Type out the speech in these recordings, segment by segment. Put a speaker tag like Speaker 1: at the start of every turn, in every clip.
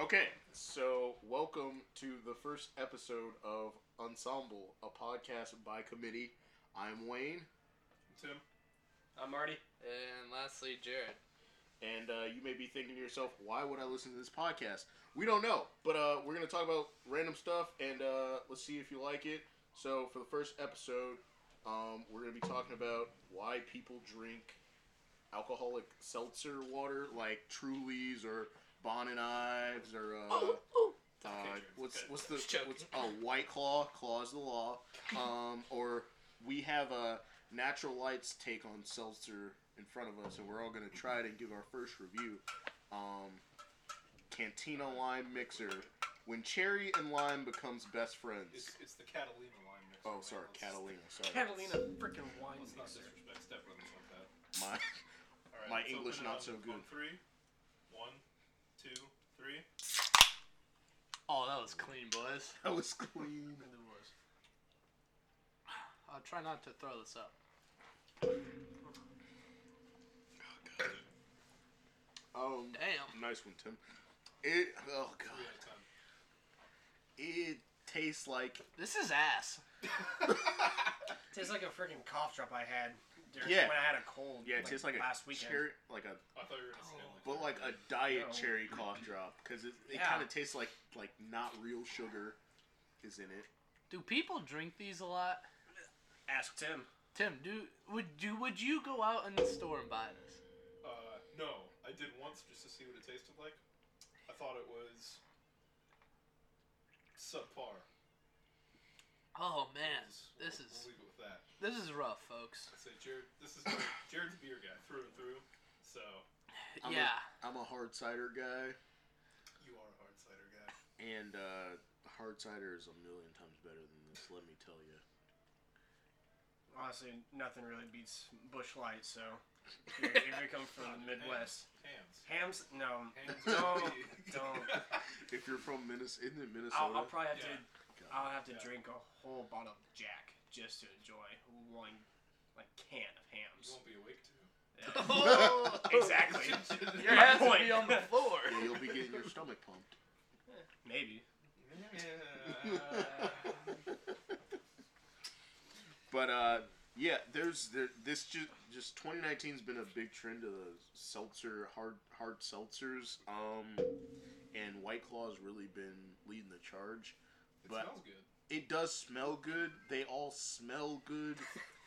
Speaker 1: Okay, so welcome to the first episode of Ensemble, a podcast by committee. I'm Wayne,
Speaker 2: Tim. I'm Marty.
Speaker 3: And lastly, Jared.
Speaker 1: and uh, you may be thinking to yourself, why would I listen to this podcast? We don't know, but uh, we're going to talk about random stuff and uh, let's see if you like it. So, for the first episode, um, we're going to be talking about why people drink alcoholic seltzer water like Trulies or Bon and Ives or. Uh, Uh,
Speaker 2: Okay, Jared,
Speaker 1: what's
Speaker 2: okay.
Speaker 1: what's the
Speaker 3: Just joking.
Speaker 1: what's a white claw claws the law, um, or we have a natural lights take on seltzer in front of us, and we're all gonna try it and give our first review. Um, Cantina lime mixer, when cherry and lime becomes best friends.
Speaker 2: It's, it's the Catalina line mixer.
Speaker 1: Oh,
Speaker 2: man.
Speaker 1: sorry,
Speaker 2: Let's-
Speaker 1: Catalina. Sorry,
Speaker 4: Catalina freaking wine
Speaker 2: Let's not
Speaker 4: mixer.
Speaker 2: disrespect step brothers like that.
Speaker 1: My
Speaker 2: All right,
Speaker 1: My
Speaker 2: let's
Speaker 1: English
Speaker 2: open it
Speaker 1: not
Speaker 2: on-
Speaker 1: so good.
Speaker 2: On three. One, two, three.
Speaker 3: Oh, that was clean, boys.
Speaker 1: that was clean.
Speaker 3: I'll try not to throw this up.
Speaker 1: Um,
Speaker 3: Damn.
Speaker 1: nice one, Tim. It oh god,
Speaker 2: Three out of ten.
Speaker 1: it tastes like
Speaker 3: This is ass.
Speaker 4: Tastes like a freaking cough drop I had during,
Speaker 1: Yeah.
Speaker 4: when I had a cold.
Speaker 1: yeah, it tastes like a
Speaker 4: last weekend.
Speaker 1: cherry like a
Speaker 2: I thought you were gonna say
Speaker 3: Oh.
Speaker 2: like
Speaker 1: But like a diet
Speaker 4: No.
Speaker 1: cherry cough drop because it, it
Speaker 4: Yeah.
Speaker 1: kind of tastes like like not real sugar is in it.
Speaker 3: Do people drink these a lot?
Speaker 4: Ask Tim.
Speaker 3: Tim, do would you would you go out in the store and buy this?
Speaker 1: Oh.
Speaker 2: Uh, no, I did once just to see what it tasted like. I thought it was subpar.
Speaker 3: Oh man,
Speaker 2: Just-
Speaker 3: this
Speaker 2: we'll-
Speaker 3: is
Speaker 2: We'll leave it with that.
Speaker 3: this is rough, folks.
Speaker 2: I say Jared. This is Jared, Jared's a beer guy through and through. So
Speaker 1: I'm
Speaker 3: yeah,
Speaker 1: A, I'm a hard cider guy,
Speaker 2: you are a hard cider guy.
Speaker 1: and uh, hard cider is a million times better than this. Let me tell you.
Speaker 4: Honestly, nothing really beats Bush Light, so if you- if you come from the Midwest.
Speaker 2: Hams.
Speaker 4: Hams? No.
Speaker 2: Hams.
Speaker 4: No,
Speaker 2: are big.
Speaker 4: don't.
Speaker 1: If you're from Minnesota, isn't it Minnesota?
Speaker 4: I'll, I'll probably have to.
Speaker 1: God.
Speaker 4: I'll have to
Speaker 2: Yeah.
Speaker 4: drink a whole bottle of Jack just to enjoy one like can of
Speaker 2: You
Speaker 4: hams.
Speaker 2: won't be awake to.
Speaker 4: Yeah.
Speaker 3: Oh,
Speaker 4: exactly.
Speaker 3: your
Speaker 4: Your
Speaker 3: ass would
Speaker 4: point.
Speaker 3: be on the floor.
Speaker 1: yeah, you'll be getting your stomach pumped.
Speaker 4: Maybe. Uh.
Speaker 1: but uh, yeah, there's there, this just just 2019's been a big trend of the seltzer hard hard seltzers, um, and White Claw's really been leading the charge.
Speaker 2: It
Speaker 1: But-
Speaker 2: smells good.
Speaker 1: It does smell good. They all smell good,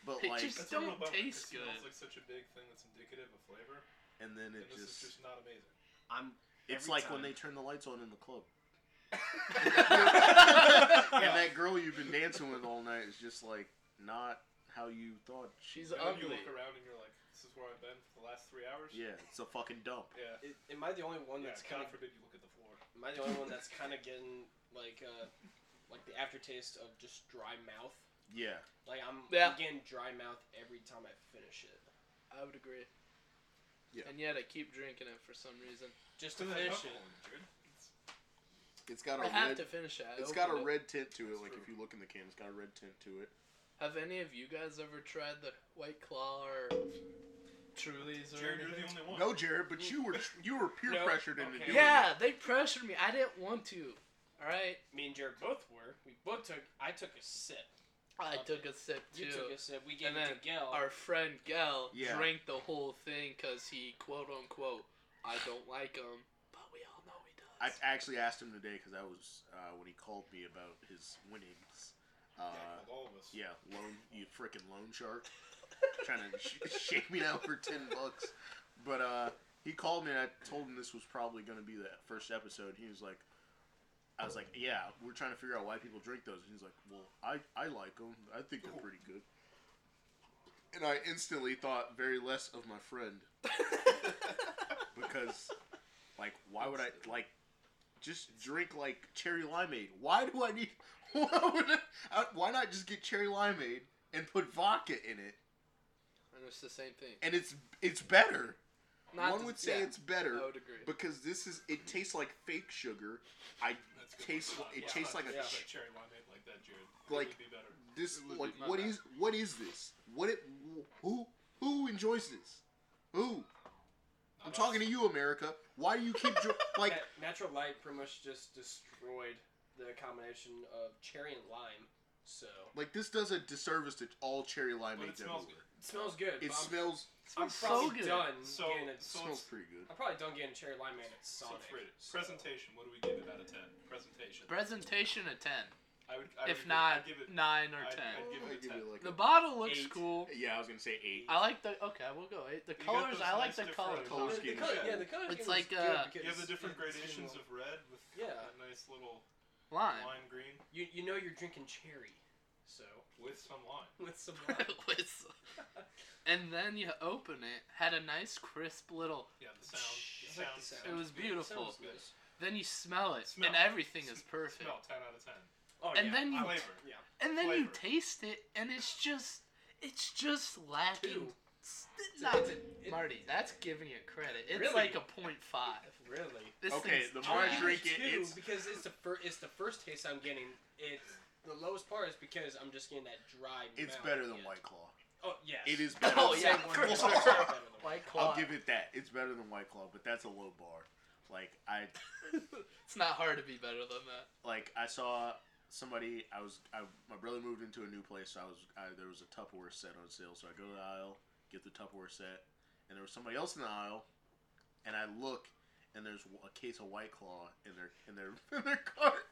Speaker 1: but
Speaker 3: It
Speaker 1: like,
Speaker 3: just-
Speaker 2: a
Speaker 3: don't
Speaker 2: real bummer.
Speaker 3: taste
Speaker 2: it
Speaker 3: good.
Speaker 2: smells like such a big thing that's indicative of flavor,
Speaker 1: and then
Speaker 2: and
Speaker 1: it
Speaker 2: this
Speaker 1: just.
Speaker 2: is just not amazing.
Speaker 4: I'm.
Speaker 1: It's
Speaker 4: every
Speaker 1: like
Speaker 4: time-
Speaker 1: when they turn the lights on in the club.
Speaker 3: Yeah.
Speaker 1: And that girl you've been dancing with all night is just like not how you thought. She,
Speaker 3: She's
Speaker 2: And then you
Speaker 3: ugly.
Speaker 2: look around and you're like, "This is where I've been for the last three hours."
Speaker 1: yeah, it's a fucking dump.
Speaker 2: Yeah.
Speaker 5: I- Am I the only one
Speaker 2: Yeah,
Speaker 5: that's kind
Speaker 2: God
Speaker 5: of?
Speaker 2: forbid you look at the floor.
Speaker 5: Am I the only one that's kind of getting like, uh, like the aftertaste of just dry mouth?
Speaker 1: Yeah,
Speaker 5: Like I'm,
Speaker 3: Yeah.
Speaker 5: I'm getting dry mouth every time I finish it.
Speaker 3: I would agree.
Speaker 1: Yeah.
Speaker 3: And yet I keep drinking it for some reason.
Speaker 5: Just to finish it.
Speaker 2: Alcohol in it, Jared.
Speaker 1: it's got a
Speaker 3: I have
Speaker 1: red.
Speaker 3: to finish it. I
Speaker 1: It's got a
Speaker 3: opened it.
Speaker 1: red tint to it.
Speaker 2: That's
Speaker 1: Like
Speaker 2: true.
Speaker 1: if you look in the can, it's got a red tint to it.
Speaker 3: Have any of you guys ever tried the White Claw or Trulies or
Speaker 2: Jared, you're the
Speaker 3: anything?
Speaker 2: only one.
Speaker 1: No, Jared, but you were you were peer
Speaker 5: No,
Speaker 1: pressured into
Speaker 2: okay.
Speaker 1: doing it.
Speaker 3: Yeah, they pressured me. I didn't want to. All right,
Speaker 5: Me and Jared both were. We both took. I took a sip.
Speaker 3: I
Speaker 5: Okay.
Speaker 3: took a sip too.
Speaker 5: You took a sip. We gave
Speaker 3: And
Speaker 5: it to
Speaker 3: then
Speaker 5: Gil.
Speaker 3: Our friend Gel
Speaker 1: Yeah.
Speaker 3: drank the whole thing because he quote unquote I don't like him, but we all know he
Speaker 1: I
Speaker 3: does.
Speaker 1: actually asked him today because I was uh, when he called me about his winnings. Uh,
Speaker 2: Yeah, like all of us.
Speaker 1: yeah, loan you freaking loan shark, trying to sh- shake me down for ten bucks. But uh, he called me and I told him this was probably going to be the first episode. He was like, I was like, yeah, we're trying to figure out why people drink those. And he's like, well, I I like them. I think they're pretty good. And I instantly thought very less of my friend because, like, why would I like just drink like cherry limeade? Why do I need? Why, would I, I- why not just get cherry limeade and put vodka in it?
Speaker 3: and it's the same thing.
Speaker 1: And it's it's better.
Speaker 3: Not
Speaker 1: One
Speaker 3: to-
Speaker 1: would say
Speaker 3: yeah,
Speaker 1: it's better
Speaker 3: I would agree.
Speaker 1: because this is it tastes like fake sugar. I
Speaker 2: That's good.
Speaker 1: tastes
Speaker 2: It's not-
Speaker 1: it
Speaker 2: it's
Speaker 1: tastes
Speaker 2: not
Speaker 1: like a
Speaker 2: just
Speaker 1: ch-
Speaker 2: like cherry limeade like that, Jared. It
Speaker 1: Like-
Speaker 2: would be better.
Speaker 1: this
Speaker 3: It would
Speaker 1: like
Speaker 3: be my
Speaker 1: what
Speaker 3: bad.
Speaker 1: is what is this? What it who who enjoys this? Who? I'm talking to you, America. Why do you keep dr- like?
Speaker 5: Nat- natural light pretty much just destroyed the combination of cherry and lime. So
Speaker 1: Like this does a disservice to all cherry
Speaker 2: But
Speaker 1: limeade.
Speaker 2: it smells good.
Speaker 5: it smells good.
Speaker 1: It
Speaker 5: but I'm-
Speaker 1: smells
Speaker 5: I'm,
Speaker 3: smells
Speaker 5: probably
Speaker 3: so good.
Speaker 5: done
Speaker 2: So-
Speaker 5: getting a,
Speaker 2: so
Speaker 1: smells
Speaker 2: it's-
Speaker 1: pretty good.
Speaker 5: I'm probably done getting cherry lime and it's
Speaker 2: So
Speaker 5: Sonic.
Speaker 2: it's rated.
Speaker 5: so-
Speaker 2: Presentation. What do we give it out of ten? Presentation.
Speaker 3: Presentation a 10.
Speaker 2: I would. I would
Speaker 3: if not,
Speaker 2: give, I'd give it.
Speaker 3: 9 or
Speaker 2: I'd,
Speaker 3: 10.
Speaker 2: I'd
Speaker 1: I'd
Speaker 2: give it a
Speaker 1: give
Speaker 2: ten.
Speaker 1: you, like,
Speaker 3: the
Speaker 1: a-
Speaker 3: bottle looks
Speaker 2: eight.
Speaker 3: cool.
Speaker 1: yeah, I was gonna say eight.
Speaker 3: I like the. Okay, we'll go. eight. The
Speaker 2: You got
Speaker 3: colors,
Speaker 2: those
Speaker 3: I like
Speaker 2: nice
Speaker 3: the
Speaker 2: different
Speaker 3: color.
Speaker 1: Color
Speaker 5: The- the
Speaker 1: scheme.
Speaker 5: color- yeah, the color
Speaker 3: It's
Speaker 5: scheme
Speaker 3: like, uh,
Speaker 5: is good because
Speaker 2: You have the different
Speaker 5: it's-
Speaker 2: gradations of red with
Speaker 5: Yeah.
Speaker 2: a nice little
Speaker 3: Lime.
Speaker 2: lime green
Speaker 5: You you know you're drinking cherry, so
Speaker 2: with some lime.
Speaker 5: with some lime.
Speaker 3: With- and then you open it, had a nice crisp little.
Speaker 2: Yeah, the sound.
Speaker 5: I
Speaker 2: The
Speaker 5: like
Speaker 2: sound.
Speaker 5: the sound.
Speaker 3: It was
Speaker 2: good.
Speaker 3: beautiful.
Speaker 5: Sounds good.
Speaker 3: Then you smell it,
Speaker 2: Smell.
Speaker 3: and everything is
Speaker 2: Sm-
Speaker 3: perfect.
Speaker 2: Smell ten out of ten.
Speaker 5: Oh,
Speaker 3: And
Speaker 5: yeah.
Speaker 3: then you,
Speaker 2: Flavor.
Speaker 5: yeah.
Speaker 3: and then you
Speaker 2: flavor.
Speaker 3: taste it, and it's just, it's just lacking.
Speaker 5: Two.
Speaker 3: s-
Speaker 5: It's
Speaker 3: Not,
Speaker 5: a- it-
Speaker 3: Marty, that's giving it credit. It's
Speaker 5: Really?
Speaker 3: like a point five.
Speaker 5: Really?
Speaker 3: This
Speaker 1: Okay,
Speaker 3: thing's
Speaker 1: the more
Speaker 5: I
Speaker 1: I
Speaker 3: trash.
Speaker 1: drink it,
Speaker 5: too,
Speaker 1: it's-
Speaker 5: because it's the first. It's the first taste I'm getting. It's the lowest part is because I'm just getting that dry.
Speaker 1: It's
Speaker 5: mouth
Speaker 1: better than
Speaker 5: yet.
Speaker 1: White Claw.
Speaker 5: Oh yes.
Speaker 1: It is better.
Speaker 3: Oh,
Speaker 5: I'd
Speaker 1: than
Speaker 5: say
Speaker 3: yeah,
Speaker 1: White
Speaker 5: one
Speaker 3: for
Speaker 5: hundred
Speaker 1: Claw.
Speaker 5: percent
Speaker 3: sure.
Speaker 5: better than White
Speaker 3: White Claw.
Speaker 1: I'll give it that. It's better than White Claw, but that's a low bar. Like I
Speaker 3: it's not hard to be better than that.
Speaker 1: like I saw somebody. I was I, my brother moved into a new place, so I was I, there was a Tupperware set on sale. So I go to the aisle, get the Tupperware set, and there was somebody else in the aisle, and I look. And there's a case of White Claw in their in their in their cart,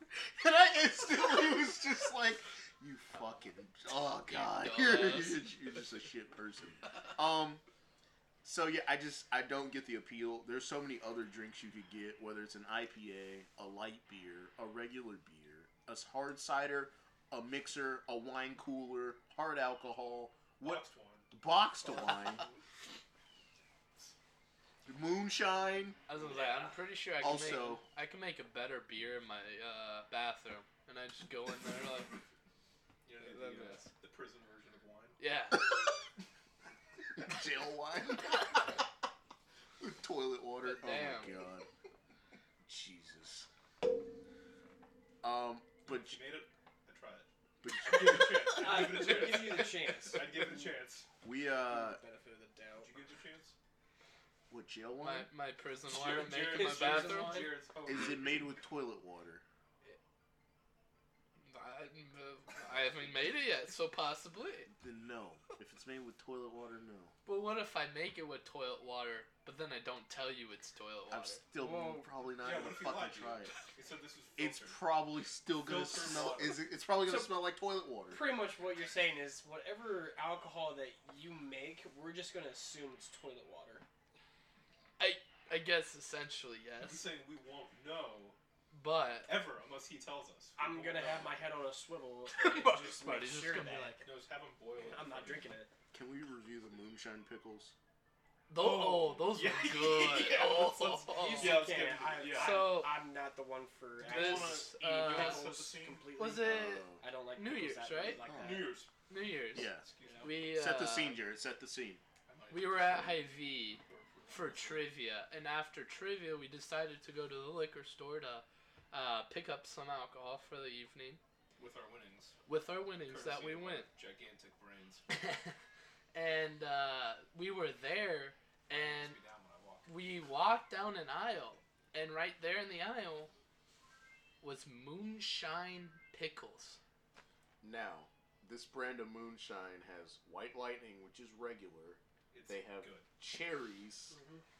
Speaker 1: and I instantly was just like, "You fucking oh
Speaker 3: You
Speaker 1: god, you're, you're,
Speaker 3: dumbass.
Speaker 1: you're just a shit person." Um, so yeah, I just I don't get the appeal. There's so many other drinks you could get, whether it's an IPA, a light beer, a regular beer, a s- hard cider, a mixer, a wine cooler, hard alcohol, what
Speaker 2: Boxed wine.
Speaker 1: boxed wine, moonshine.
Speaker 3: I was gonna say, I'm pretty sure I can
Speaker 1: Also-
Speaker 3: make I can make a better beer in my uh, bathroom, and I just go in there like,
Speaker 2: You know,
Speaker 3: Love
Speaker 2: the, uh,
Speaker 3: this.
Speaker 2: the prison version of wine.
Speaker 3: yeah,
Speaker 1: Jail wine. With toilet water. Oh my
Speaker 3: Damn.
Speaker 1: god. Jesus. Um, but
Speaker 2: If you made it, I'd try it.
Speaker 1: but
Speaker 2: I'd give it a chance.
Speaker 5: I
Speaker 2: I'd give it a
Speaker 5: Uh, give
Speaker 2: chance.
Speaker 5: you the chance.
Speaker 2: I'd give it a chance.
Speaker 1: we uh,
Speaker 5: Give it the benefit of the doubt.
Speaker 2: Would you give it a chance?
Speaker 1: what jail
Speaker 3: my,
Speaker 1: wine?
Speaker 3: my prison wine I make in my
Speaker 5: Jared's prison
Speaker 3: bathroom.
Speaker 5: wine?
Speaker 2: Jared's home.
Speaker 1: Is it made with toilet water?
Speaker 3: I, I haven't made it yet, so possibly.
Speaker 1: Then no. If it's made with toilet water, no.
Speaker 3: But what if I make it with toilet water, but then I don't tell you it's toilet water?
Speaker 1: I'm still
Speaker 5: Whoa.
Speaker 1: probably not
Speaker 2: Yeah,
Speaker 1: gonna
Speaker 2: what if he
Speaker 1: fucking
Speaker 2: lied to you?
Speaker 1: try it.
Speaker 2: He said this was
Speaker 1: It's
Speaker 2: filtered.
Speaker 1: probably still gonna
Speaker 2: Filtered
Speaker 1: smell.
Speaker 2: water.
Speaker 1: Is it, it's probably gonna
Speaker 5: So-
Speaker 1: smell like toilet water.
Speaker 5: Pretty much what you're saying is whatever alcohol that you make, we're just gonna assume it's toilet water.
Speaker 3: I guess essentially
Speaker 2: He's
Speaker 3: yes,
Speaker 2: saying we won't know
Speaker 3: but
Speaker 2: ever unless he tells us. We
Speaker 5: I'm
Speaker 2: won't
Speaker 5: gonna
Speaker 2: know.
Speaker 5: have my head on a swivel. And
Speaker 3: Marty's
Speaker 5: just make
Speaker 3: Marty's just
Speaker 5: sure
Speaker 3: gonna be
Speaker 5: that
Speaker 3: like,
Speaker 2: No, just have him boil it.
Speaker 5: I'm not drinking it.
Speaker 1: Can we review the moonshine pickles?
Speaker 3: those oh, those
Speaker 2: yeah.
Speaker 3: were good.
Speaker 2: Yeah,
Speaker 3: oh,
Speaker 2: let's-
Speaker 5: You
Speaker 2: Yeah, I was
Speaker 5: can.
Speaker 2: gonna-
Speaker 5: I,
Speaker 2: yeah.
Speaker 3: So-
Speaker 5: I, am not the one for
Speaker 3: This,
Speaker 5: actually eating
Speaker 3: uh,
Speaker 5: pickles
Speaker 2: was
Speaker 5: completely.
Speaker 3: was it- Uh,
Speaker 1: Oh.
Speaker 5: I don't like
Speaker 3: New
Speaker 5: pickles
Speaker 3: Year's,
Speaker 5: that
Speaker 3: right?
Speaker 5: Like
Speaker 1: Oh.
Speaker 5: that.
Speaker 2: New Year's.
Speaker 3: New Year's.
Speaker 1: yeah.
Speaker 2: Excuse me.
Speaker 3: We
Speaker 1: Set the
Speaker 3: uh,
Speaker 1: scene, Jared. Set the scene.
Speaker 2: I might
Speaker 3: We
Speaker 2: have
Speaker 3: were
Speaker 2: to
Speaker 3: at
Speaker 2: say-
Speaker 3: Hy V for trivia, and after trivia, we decided to go to the liquor store to uh, pick up some alcohol for the evening
Speaker 2: with our winnings.
Speaker 3: with our winnings that
Speaker 2: courtesy
Speaker 3: we
Speaker 2: of our
Speaker 3: went.
Speaker 2: Gigantic brains.
Speaker 3: and uh, we were there, and
Speaker 2: Knocks me down when I walk.
Speaker 3: we walked down an aisle, and right there in the aisle was moonshine pickles.
Speaker 1: Now, this brand of moonshine has white lightning, which is regular.
Speaker 2: It's
Speaker 1: They have
Speaker 2: good.
Speaker 1: Cherries,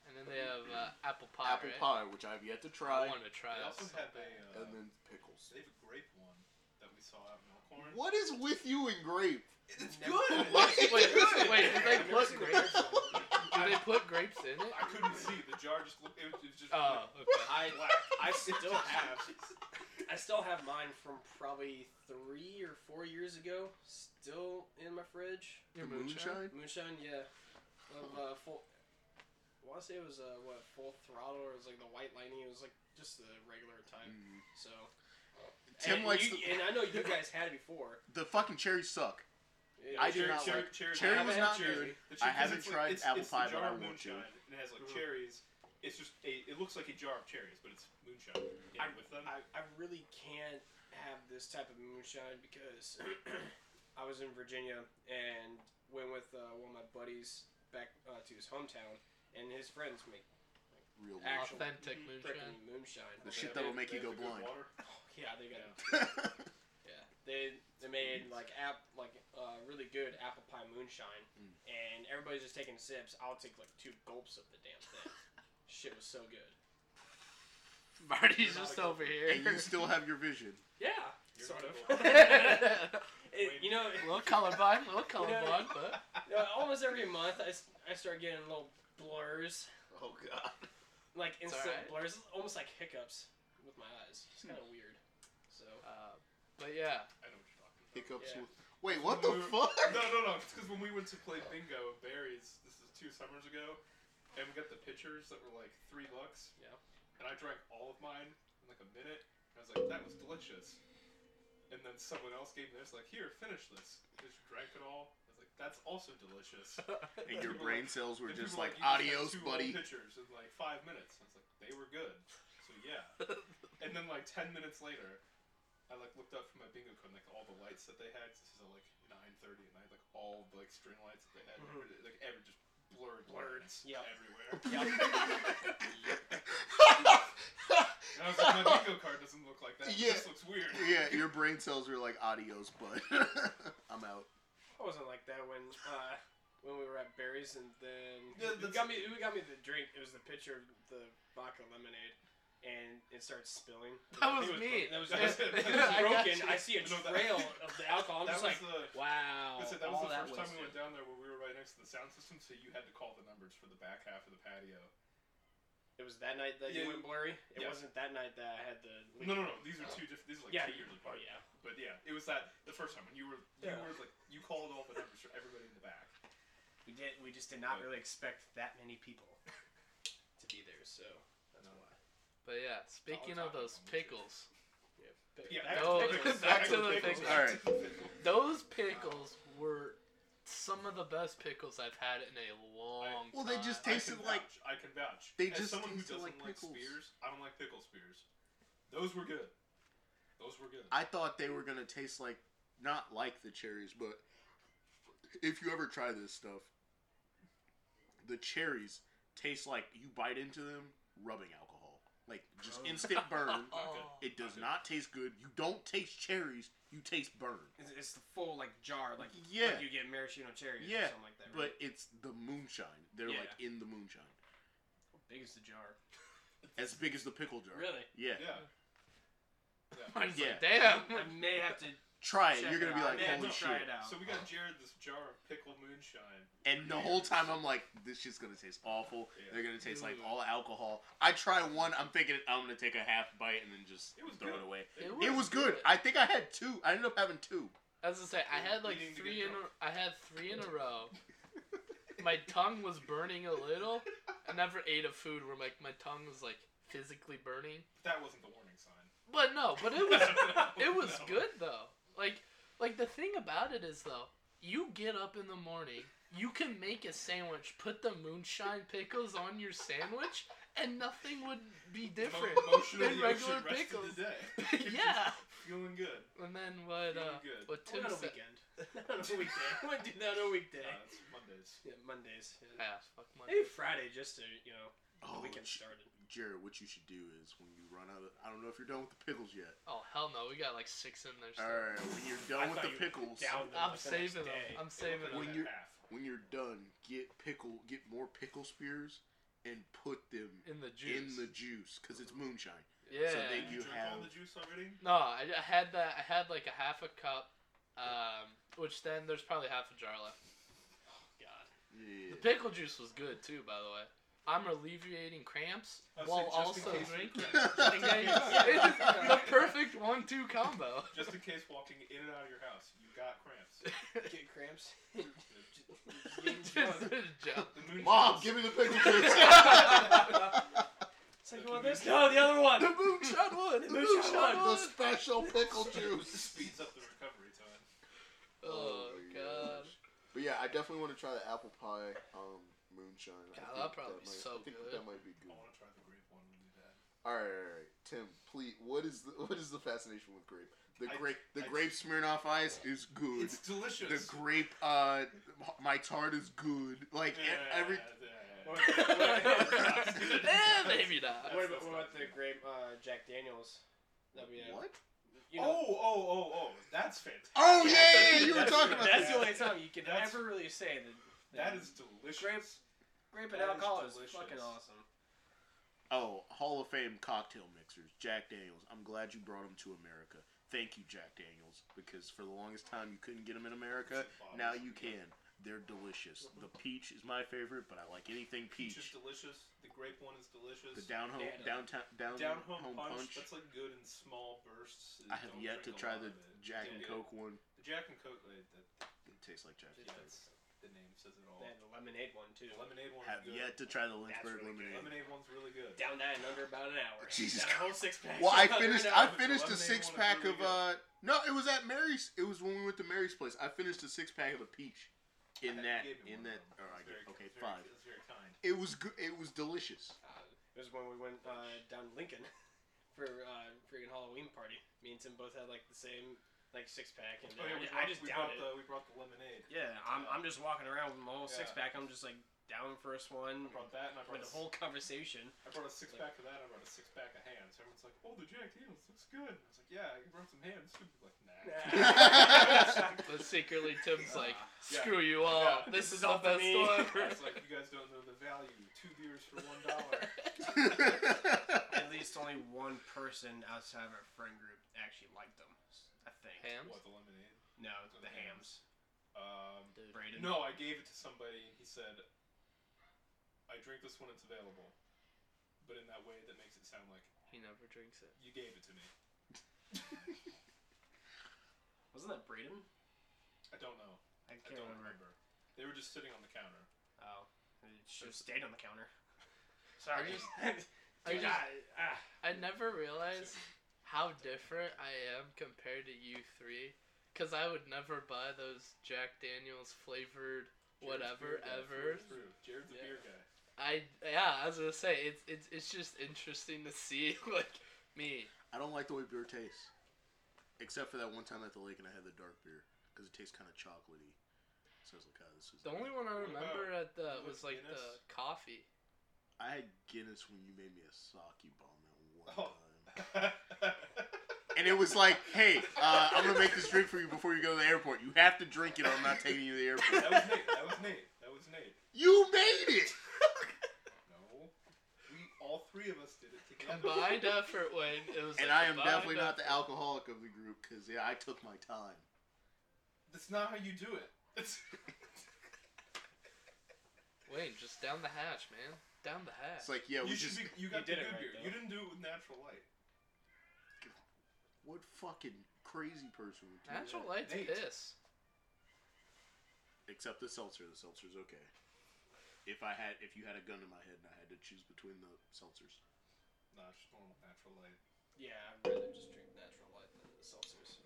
Speaker 3: And then they have uh, apple pie.
Speaker 1: apple
Speaker 3: right?
Speaker 1: pie, which I've yet to
Speaker 3: I
Speaker 1: try,
Speaker 3: want to try
Speaker 2: They
Speaker 3: that.
Speaker 2: also
Speaker 3: so
Speaker 2: have
Speaker 3: bad.
Speaker 2: a. Uh,
Speaker 1: and then pickles.
Speaker 2: they have a grape one that we saw out in Elkhorn.
Speaker 1: What is with you and grape?
Speaker 2: It's
Speaker 5: Never-
Speaker 2: good.
Speaker 1: What?
Speaker 2: It's
Speaker 3: Wait,
Speaker 2: good.
Speaker 3: wait, did they
Speaker 5: I've
Speaker 3: put
Speaker 5: never seen a
Speaker 3: grapes?
Speaker 5: grape one.
Speaker 1: uh,
Speaker 3: Do they put grapes in it?
Speaker 2: I couldn't see. The jar just looked. It was it was just.
Speaker 3: Oh,
Speaker 2: like
Speaker 3: okay.
Speaker 5: I
Speaker 2: black.
Speaker 5: I still have.
Speaker 2: It's
Speaker 5: I still have mine from probably three or four years ago, still in my fridge.
Speaker 1: The moonshine?
Speaker 5: Moonshine, yeah. Of, uh, full, I want to say it was uh, what full throttle or it was like the white lightning. It was like just the regular type.
Speaker 1: Mm.
Speaker 5: So
Speaker 1: Tim
Speaker 5: and
Speaker 1: likes
Speaker 5: you,
Speaker 1: the-
Speaker 5: and I know you guys had it before.
Speaker 1: The fucking cherries suck.
Speaker 5: Yeah,
Speaker 1: I do
Speaker 5: cherry-
Speaker 1: not
Speaker 5: cherry-
Speaker 1: like-
Speaker 2: cherry.
Speaker 1: Cherry
Speaker 5: I
Speaker 1: was
Speaker 5: haven't
Speaker 1: not
Speaker 5: had cherry.
Speaker 1: good.
Speaker 2: The cherry-
Speaker 1: I haven't
Speaker 2: it's like-
Speaker 1: tried
Speaker 2: it's,
Speaker 1: apple
Speaker 2: it's
Speaker 1: pie,
Speaker 2: the
Speaker 1: but
Speaker 2: jar
Speaker 1: I
Speaker 2: of
Speaker 1: want to.
Speaker 2: moonshine, And it has like
Speaker 5: Mhm.
Speaker 2: cherries. It's just a. It looks like a jar of cherries, but it's moonshine. Yeah, with them.
Speaker 5: I, I really can't have this type of moonshine because I was in Virginia and went with uh, one of my buddies back uh, to his hometown, and his friends make
Speaker 1: real moonshine.
Speaker 5: Actual
Speaker 3: Authentic
Speaker 5: Mhm.
Speaker 3: moonshine.
Speaker 5: Frickin' moonshine.
Speaker 1: The
Speaker 2: They
Speaker 1: shit
Speaker 2: have-
Speaker 1: that'll make
Speaker 2: they
Speaker 1: you go
Speaker 2: have the
Speaker 1: blind.
Speaker 2: good water.
Speaker 5: Yeah, they got Yeah, they they made like app like uh, really good apple pie moonshine,
Speaker 1: Mm.
Speaker 5: and everybody's just taking sips. I'll take like two gulps of the damn thing. Shit was so good.
Speaker 3: Marty's
Speaker 2: You're not
Speaker 3: just
Speaker 2: a-
Speaker 3: over here.
Speaker 1: and you still have your vision.
Speaker 5: Yeah,
Speaker 2: You're
Speaker 5: sort
Speaker 2: not
Speaker 5: of.
Speaker 2: a
Speaker 3: little
Speaker 5: It- you know,
Speaker 3: colorblind, little colorblind, but
Speaker 5: you know, almost every month I, s- I start getting little blurs,
Speaker 1: Oh god.
Speaker 5: like
Speaker 3: It's
Speaker 5: instant
Speaker 3: alright.
Speaker 5: blurs, almost like hiccups with my eyes. It's kind of weird. So
Speaker 3: uh, but yeah,
Speaker 2: I know what you're talking about.
Speaker 1: Hiccups.
Speaker 5: Yeah.
Speaker 1: With... Wait, what the
Speaker 2: Move.
Speaker 1: fuck?
Speaker 2: No, no, no. It's because when we went to play bingo at Barry's, this is two summers ago, and we got the pitchers that were like three bucks.
Speaker 5: Yeah.
Speaker 2: And I drank all of mine in like a minute. and I was like, that was delicious. And then someone else gave theirs, like, here, finish this. I just drank it all. I was like, that's also delicious.
Speaker 1: And your
Speaker 2: People
Speaker 1: brain cells were
Speaker 2: And
Speaker 1: just
Speaker 2: people
Speaker 1: like,
Speaker 2: were "You
Speaker 1: adios,
Speaker 2: just had two whole
Speaker 1: buddy.
Speaker 2: Pitchers in like five minutes. I was like, they were good. So yeah. And then like ten minutes later, I like looked up from my bingo card, and, like all the lights that they had. 'cause This is at like nine thirty at night, like all the like string lights that they had,
Speaker 1: Mm-hmm.
Speaker 5: Mhm.
Speaker 2: every- like every just blurred
Speaker 5: Blurred.
Speaker 2: lines
Speaker 5: Yep.
Speaker 2: everywhere.
Speaker 5: Yep.
Speaker 2: And I was like, my bingo card doesn't look like that.
Speaker 1: Yeah.
Speaker 2: This looks weird.
Speaker 1: yeah, your brain cells were like, adios, bud. I'm out.
Speaker 5: I wasn't like that when uh, when we were at Barry's, and then
Speaker 2: Yeah,
Speaker 5: who
Speaker 2: that's-
Speaker 5: got me who got me the drink. It was the picture of the vodka lemonade, and it started spilling.
Speaker 3: That
Speaker 5: I
Speaker 3: was
Speaker 5: think
Speaker 3: me.
Speaker 5: it was bro-
Speaker 2: That was-
Speaker 5: That was, it was
Speaker 2: I got
Speaker 5: broken.
Speaker 3: you.
Speaker 5: I see a
Speaker 2: No, that-
Speaker 5: trail of the alcohol. I'm
Speaker 2: That
Speaker 5: just
Speaker 2: was
Speaker 5: like, uh,
Speaker 2: the.
Speaker 3: wow,
Speaker 2: I said that
Speaker 3: all
Speaker 2: was the
Speaker 3: that
Speaker 2: first time we
Speaker 3: wasted.
Speaker 2: went down there where we were right next to the sound system, so you had to call the numbers for the back half of the patio.
Speaker 5: it was that night that
Speaker 2: Yeah.
Speaker 5: you went blurry. It
Speaker 2: Yeah.
Speaker 5: wasn't that night that I had the.
Speaker 2: No, no, no. These are two different. These are like
Speaker 5: Uh,
Speaker 2: two
Speaker 5: Yeah.
Speaker 2: years
Speaker 5: Oh
Speaker 2: apart.
Speaker 5: yeah.
Speaker 2: But yeah, it was that the first time when you were you
Speaker 5: Yeah.
Speaker 2: were like you called all the numbers for everybody in the back.
Speaker 4: We did. We just did not really expect that many people to be there.
Speaker 5: So that's
Speaker 2: No.
Speaker 5: why.
Speaker 3: But yeah, speaking of those pickles,
Speaker 2: Yeah,
Speaker 5: Back to
Speaker 3: no,
Speaker 5: the pictures.
Speaker 3: back to the
Speaker 2: pickles.
Speaker 3: pickles.
Speaker 1: Alright.
Speaker 3: those pickles were some of the best pickles I've had in a long
Speaker 1: Well, they just
Speaker 3: time.
Speaker 2: I
Speaker 1: tasted
Speaker 2: can
Speaker 1: like-
Speaker 2: vouch. I can vouch.
Speaker 1: They
Speaker 2: As
Speaker 1: just
Speaker 2: someone who
Speaker 1: tasted
Speaker 2: doesn't
Speaker 1: like
Speaker 2: like,
Speaker 1: pickles.
Speaker 2: spears, I don't like pickle spears. Those were good. Those were good.
Speaker 1: I thought they were gonna taste like not like the cherries, but if you ever try this stuff, the cherries taste like you bite into them rubbing alcohol. Like just
Speaker 4: Oh.
Speaker 1: instant burn.
Speaker 3: Oh.
Speaker 1: It does not taste good. You don't taste cherries, you taste burn.
Speaker 4: It's, it's the full like jar, like
Speaker 1: Yeah.
Speaker 4: like you get maraschino cherries
Speaker 1: Yeah,
Speaker 4: or something like that.
Speaker 1: But
Speaker 4: Right?
Speaker 1: it's the moonshine. They're
Speaker 4: Yeah.
Speaker 1: like in the moonshine.
Speaker 4: How big is the jar?
Speaker 1: As big as the pickle jar.
Speaker 5: Really?
Speaker 1: Yeah.
Speaker 2: yeah. yeah.
Speaker 3: Mine's Oh. like,
Speaker 4: I
Speaker 3: damn.
Speaker 4: may have to.
Speaker 1: Try it.
Speaker 4: Check
Speaker 1: You're gonna
Speaker 4: it
Speaker 1: be
Speaker 4: out.
Speaker 1: like,
Speaker 4: Man,
Speaker 1: holy
Speaker 4: no,
Speaker 1: shit.
Speaker 4: try it out.
Speaker 2: So we got Jared this jar of pickle moonshine.
Speaker 1: And the whole time I'm like, this shit's gonna taste awful.
Speaker 2: Yeah.
Speaker 1: They're gonna taste like
Speaker 3: Dude.
Speaker 1: all alcohol. I try one. I'm thinking I'm gonna take a half bite and then just
Speaker 2: It was
Speaker 1: throw
Speaker 2: good.
Speaker 1: it away.
Speaker 3: It
Speaker 1: It was good. I think I had two. I ended up having two.
Speaker 3: As I say, I had like
Speaker 2: Needing to
Speaker 3: three
Speaker 2: get
Speaker 3: in. A, I had three in a row. My tongue was burning a little. I never ate a food where like my tongue was like physically burning.
Speaker 2: That wasn't the warning sign.
Speaker 3: But no, but it was it was
Speaker 2: No.
Speaker 3: good though. Like like the thing about it is though, you get up in the morning, you can make a sandwich, put the moonshine pickles on your sandwich, and nothing would be different
Speaker 2: Mo- motion of
Speaker 3: than
Speaker 2: the ocean,
Speaker 3: regular
Speaker 2: rest of
Speaker 3: pickles.
Speaker 2: the day. Just
Speaker 3: yeah.
Speaker 2: Feeling good.
Speaker 3: And then what?
Speaker 2: Feeling
Speaker 3: Uh,
Speaker 2: good.
Speaker 3: what Tim
Speaker 5: Not on a
Speaker 3: said?
Speaker 5: weekend. Not on a weekday. I wouldn't do that on a
Speaker 2: Uh,
Speaker 5: weekday.
Speaker 2: it's Mondays.
Speaker 5: Yeah, Mondays. Yeah.
Speaker 3: Ah, fuck Monday.
Speaker 5: Maybe Friday just to you know
Speaker 1: Oh,
Speaker 5: the weekend
Speaker 1: J-
Speaker 5: started.
Speaker 1: Jared, what you should do is when you run out of, I don't know if you're done with the pickles yet.
Speaker 3: Oh hell no, we got like six in there. Still.
Speaker 1: All right, when you're
Speaker 5: I
Speaker 1: done with
Speaker 5: thought
Speaker 1: the
Speaker 5: you were
Speaker 1: pickles,
Speaker 5: down them
Speaker 3: I'm
Speaker 5: like the next
Speaker 3: saving them.
Speaker 5: day.
Speaker 3: I'm saving
Speaker 1: When
Speaker 3: them
Speaker 1: you- you're-
Speaker 2: half.
Speaker 1: when you're done, get pickle, get more pickle spears, and put them
Speaker 3: in the juice.
Speaker 1: in the juice because it's moonshine.
Speaker 3: yeah.
Speaker 1: so they-
Speaker 2: Did
Speaker 1: you
Speaker 2: you drink all
Speaker 1: have-
Speaker 2: the juice already?
Speaker 3: No, I, I had that. I had like a half a cup, um, which then there's probably half a jar left.
Speaker 5: God.
Speaker 1: Yeah.
Speaker 3: The pickle juice was good too, by the way. I'm alleviating cramps
Speaker 2: I was
Speaker 3: while
Speaker 2: like, just in
Speaker 3: also
Speaker 2: case-
Speaker 3: drinking.
Speaker 1: Just in
Speaker 3: Okay,
Speaker 1: case.
Speaker 3: it's the perfect one-two combo.
Speaker 2: Just in case walking in and out of your house, you got cramps.
Speaker 5: Get cramps.
Speaker 3: Just a joke.
Speaker 2: The moonshine
Speaker 1: Mom,
Speaker 2: was-
Speaker 1: give me the pickle juice.
Speaker 5: It's like, you want this? No, the other one.
Speaker 1: the moonshine one. The moonshine one. The special pickle juice.
Speaker 2: speeds up the recovery time.
Speaker 1: Oh
Speaker 3: Oh
Speaker 1: my
Speaker 3: god.
Speaker 1: But yeah, I definitely want to try the apple pie um, moonshine.
Speaker 3: God,
Speaker 1: I
Speaker 3: that'll
Speaker 1: think
Speaker 3: probably
Speaker 1: that
Speaker 3: be
Speaker 1: might,
Speaker 3: so
Speaker 1: I think
Speaker 3: good.
Speaker 1: That might be
Speaker 2: I
Speaker 1: good.
Speaker 2: want to try the grape one when we do that.
Speaker 1: All right, all right, Tim. Please, what is the what is the fascination with grape? The
Speaker 2: I-
Speaker 1: grape, the
Speaker 2: I-
Speaker 1: grape Smirnoff Ice is good.
Speaker 2: It's delicious.
Speaker 1: the grape, uh, my tart is good. Like e-
Speaker 2: Yeah,
Speaker 1: every
Speaker 2: yeah, yeah,
Speaker 4: What,
Speaker 2: Yeah.
Speaker 4: what- what-
Speaker 3: eh, maybe not.
Speaker 4: what about,
Speaker 2: That's-
Speaker 4: what
Speaker 2: that's not
Speaker 4: about the great
Speaker 2: good.
Speaker 4: uh, Jack Daniels that we had?
Speaker 1: What?
Speaker 4: You know,
Speaker 2: Oh, oh, oh, oh. That's fantastic.
Speaker 1: Oh yeah,
Speaker 4: Yeah,
Speaker 1: yeah, yeah, you were
Speaker 4: that's-
Speaker 1: talking about
Speaker 4: That's
Speaker 1: that.
Speaker 4: the only time you can
Speaker 2: That's-
Speaker 4: ever really say that.
Speaker 2: That is delicious.
Speaker 4: Grapes. Grape and
Speaker 2: that is
Speaker 4: alcohol is,
Speaker 2: delicious.
Speaker 4: fucking awesome.
Speaker 1: Oh, Hall of Fame cocktail mixers, Jack Daniels. I'm glad you brought them to America. Thank you, Jack Daniels, because for the longest time you couldn't get them in America.
Speaker 2: Oh,
Speaker 1: Now you can. They're delicious. The peach is my favorite, but I like anything
Speaker 2: Peach is
Speaker 1: peach.
Speaker 2: delicious. The grape one is delicious.
Speaker 1: The down home,
Speaker 4: Yeah.
Speaker 1: downtown, down,
Speaker 2: Down
Speaker 1: home,
Speaker 2: home
Speaker 1: punch.
Speaker 2: punch, That's like good in small bursts.
Speaker 1: I have
Speaker 2: Don't
Speaker 1: yet to
Speaker 2: drink a
Speaker 1: try
Speaker 2: lot
Speaker 1: the
Speaker 2: of it.
Speaker 1: Jack
Speaker 2: Yeah,
Speaker 1: and
Speaker 2: yeah.
Speaker 1: Coke one.
Speaker 2: The Jack and Coke. Like, that,
Speaker 1: It tastes like Jack.
Speaker 4: Just
Speaker 2: yeah,
Speaker 4: like-
Speaker 2: it's, the name says it all.
Speaker 4: They had the lemonade one too.
Speaker 2: The lemonade one's
Speaker 1: Have
Speaker 2: good.
Speaker 1: yet to try the Lynchburg
Speaker 4: really good.
Speaker 1: lemonade.
Speaker 2: lemonade one's really good.
Speaker 4: Down that and under about an hour.
Speaker 1: Jesus
Speaker 4: That whole Uh, six pack.
Speaker 1: Well, I
Speaker 4: Under an
Speaker 1: finished.
Speaker 4: hour.
Speaker 1: I
Speaker 2: the
Speaker 1: finished a
Speaker 2: lemonade
Speaker 1: six
Speaker 2: one
Speaker 1: pack
Speaker 2: is really
Speaker 1: of. uh No, it was at Mary's. It was when we went to Mary's place. I finished a six pack of the peach. In
Speaker 2: You
Speaker 1: that,
Speaker 2: gave me
Speaker 1: in
Speaker 2: one
Speaker 1: that.
Speaker 2: of them.
Speaker 1: Or I
Speaker 2: It's
Speaker 1: gave-
Speaker 2: very-
Speaker 1: okay,
Speaker 2: it's very-
Speaker 1: five.
Speaker 2: It's very kind.
Speaker 1: It was good. It was delicious.
Speaker 4: Uh, it was when we went uh, down Lincoln for uh, freaking Halloween party. Me and Tim both had like the same like six pack, and uh,
Speaker 2: Oh, yeah, we
Speaker 4: I
Speaker 2: brought-
Speaker 4: just
Speaker 2: we
Speaker 4: downed
Speaker 2: brought
Speaker 4: it.
Speaker 2: the we brought the lemonade.
Speaker 4: Yeah, I'm, I'm just walking around with my whole
Speaker 2: Yeah.
Speaker 4: six pack. I'm just like down first one
Speaker 2: I brought that and I
Speaker 4: with
Speaker 2: brought
Speaker 4: the
Speaker 2: a
Speaker 4: whole conversation.
Speaker 2: I brought a six pack of that. I brought a six pack of hams. Everyone's like, "Oh, the Jack Daniels looks good." I was like, "Yeah, you brought some hams." too." Like, nah.
Speaker 3: But secretly, Tim's like,
Speaker 4: Yeah.
Speaker 3: screw you all.
Speaker 2: Yeah.
Speaker 3: This
Speaker 4: This
Speaker 3: is the
Speaker 4: is all for
Speaker 3: best
Speaker 4: me."
Speaker 3: one.
Speaker 2: it's like you guys don't know the value. Two beers for one dollar.
Speaker 4: At least only one person outside of our friend group actually liked them. I think.
Speaker 3: Hams?
Speaker 2: What the lemonade?
Speaker 4: No, the hams.
Speaker 2: Um,
Speaker 3: Dude.
Speaker 4: Braden.
Speaker 2: no, I gave it to somebody. and He said, "I drink this when it's available," but in that way that makes it sound like
Speaker 3: He never drinks it.
Speaker 2: you gave it to me.
Speaker 4: Wasn't that Braden?
Speaker 2: I don't know.
Speaker 4: I
Speaker 2: I
Speaker 4: can't
Speaker 2: don't
Speaker 4: remember.
Speaker 2: remember. They were just sitting on the counter.
Speaker 4: Oh, it should have stayed on the counter. Sorry.
Speaker 3: just- I
Speaker 4: Dude,
Speaker 3: just-
Speaker 4: I- ah.
Speaker 3: I never realized how different I am compared to you three. Because I would never buy those Jack Daniels flavored whatever ever.
Speaker 2: Jared's True. Jared's the
Speaker 5: Yeah.
Speaker 2: beer guy.
Speaker 3: I yeah, I was gonna say it's it's it's just interesting to see like me.
Speaker 1: I don't like the way beer tastes, except for that one time at the lake and I had the dark beer because it tastes kind of chocolatey. So I was like, oh, this is.
Speaker 3: The only one I
Speaker 2: What
Speaker 3: remember at the
Speaker 2: was it
Speaker 3: was like
Speaker 2: Guinness?
Speaker 3: the coffee.
Speaker 1: I had Guinness when you made me a sake bomb that one
Speaker 2: Oh.
Speaker 1: time.
Speaker 2: I
Speaker 1: And it was like, hey, uh, I'm gonna make this drink for you before you go to the airport. You have to drink it, or I'm not taking you to the airport.
Speaker 2: That was Nate. That was Nate. That was Nate.
Speaker 1: You made it.
Speaker 2: No. We all three of us did it together.
Speaker 3: Combined effort, Wayne. It was.
Speaker 1: And
Speaker 3: a
Speaker 1: I am
Speaker 3: combined
Speaker 1: definitely not the
Speaker 3: effort.
Speaker 1: alcoholic of the group because yeah, I took my time.
Speaker 2: That's not how you do it. It's
Speaker 3: Wayne, just down the hatch, man. Down the hatch.
Speaker 1: It's like, yeah, we
Speaker 2: you should
Speaker 1: just
Speaker 2: be, you got
Speaker 4: did it
Speaker 2: the good
Speaker 4: right,
Speaker 2: beer.
Speaker 4: though.
Speaker 2: You didn't do it with natural light.
Speaker 1: what fucking crazy person would do
Speaker 3: Natural
Speaker 1: that?
Speaker 3: light's
Speaker 2: Nate.
Speaker 3: piss.
Speaker 1: Except the seltzer. The seltzer's okay. If I had, if you had a gun to my head and I had to choose between the seltzers,
Speaker 2: No, it's just normal natural light.
Speaker 5: Yeah, I'd rather just drink natural light than the seltzers.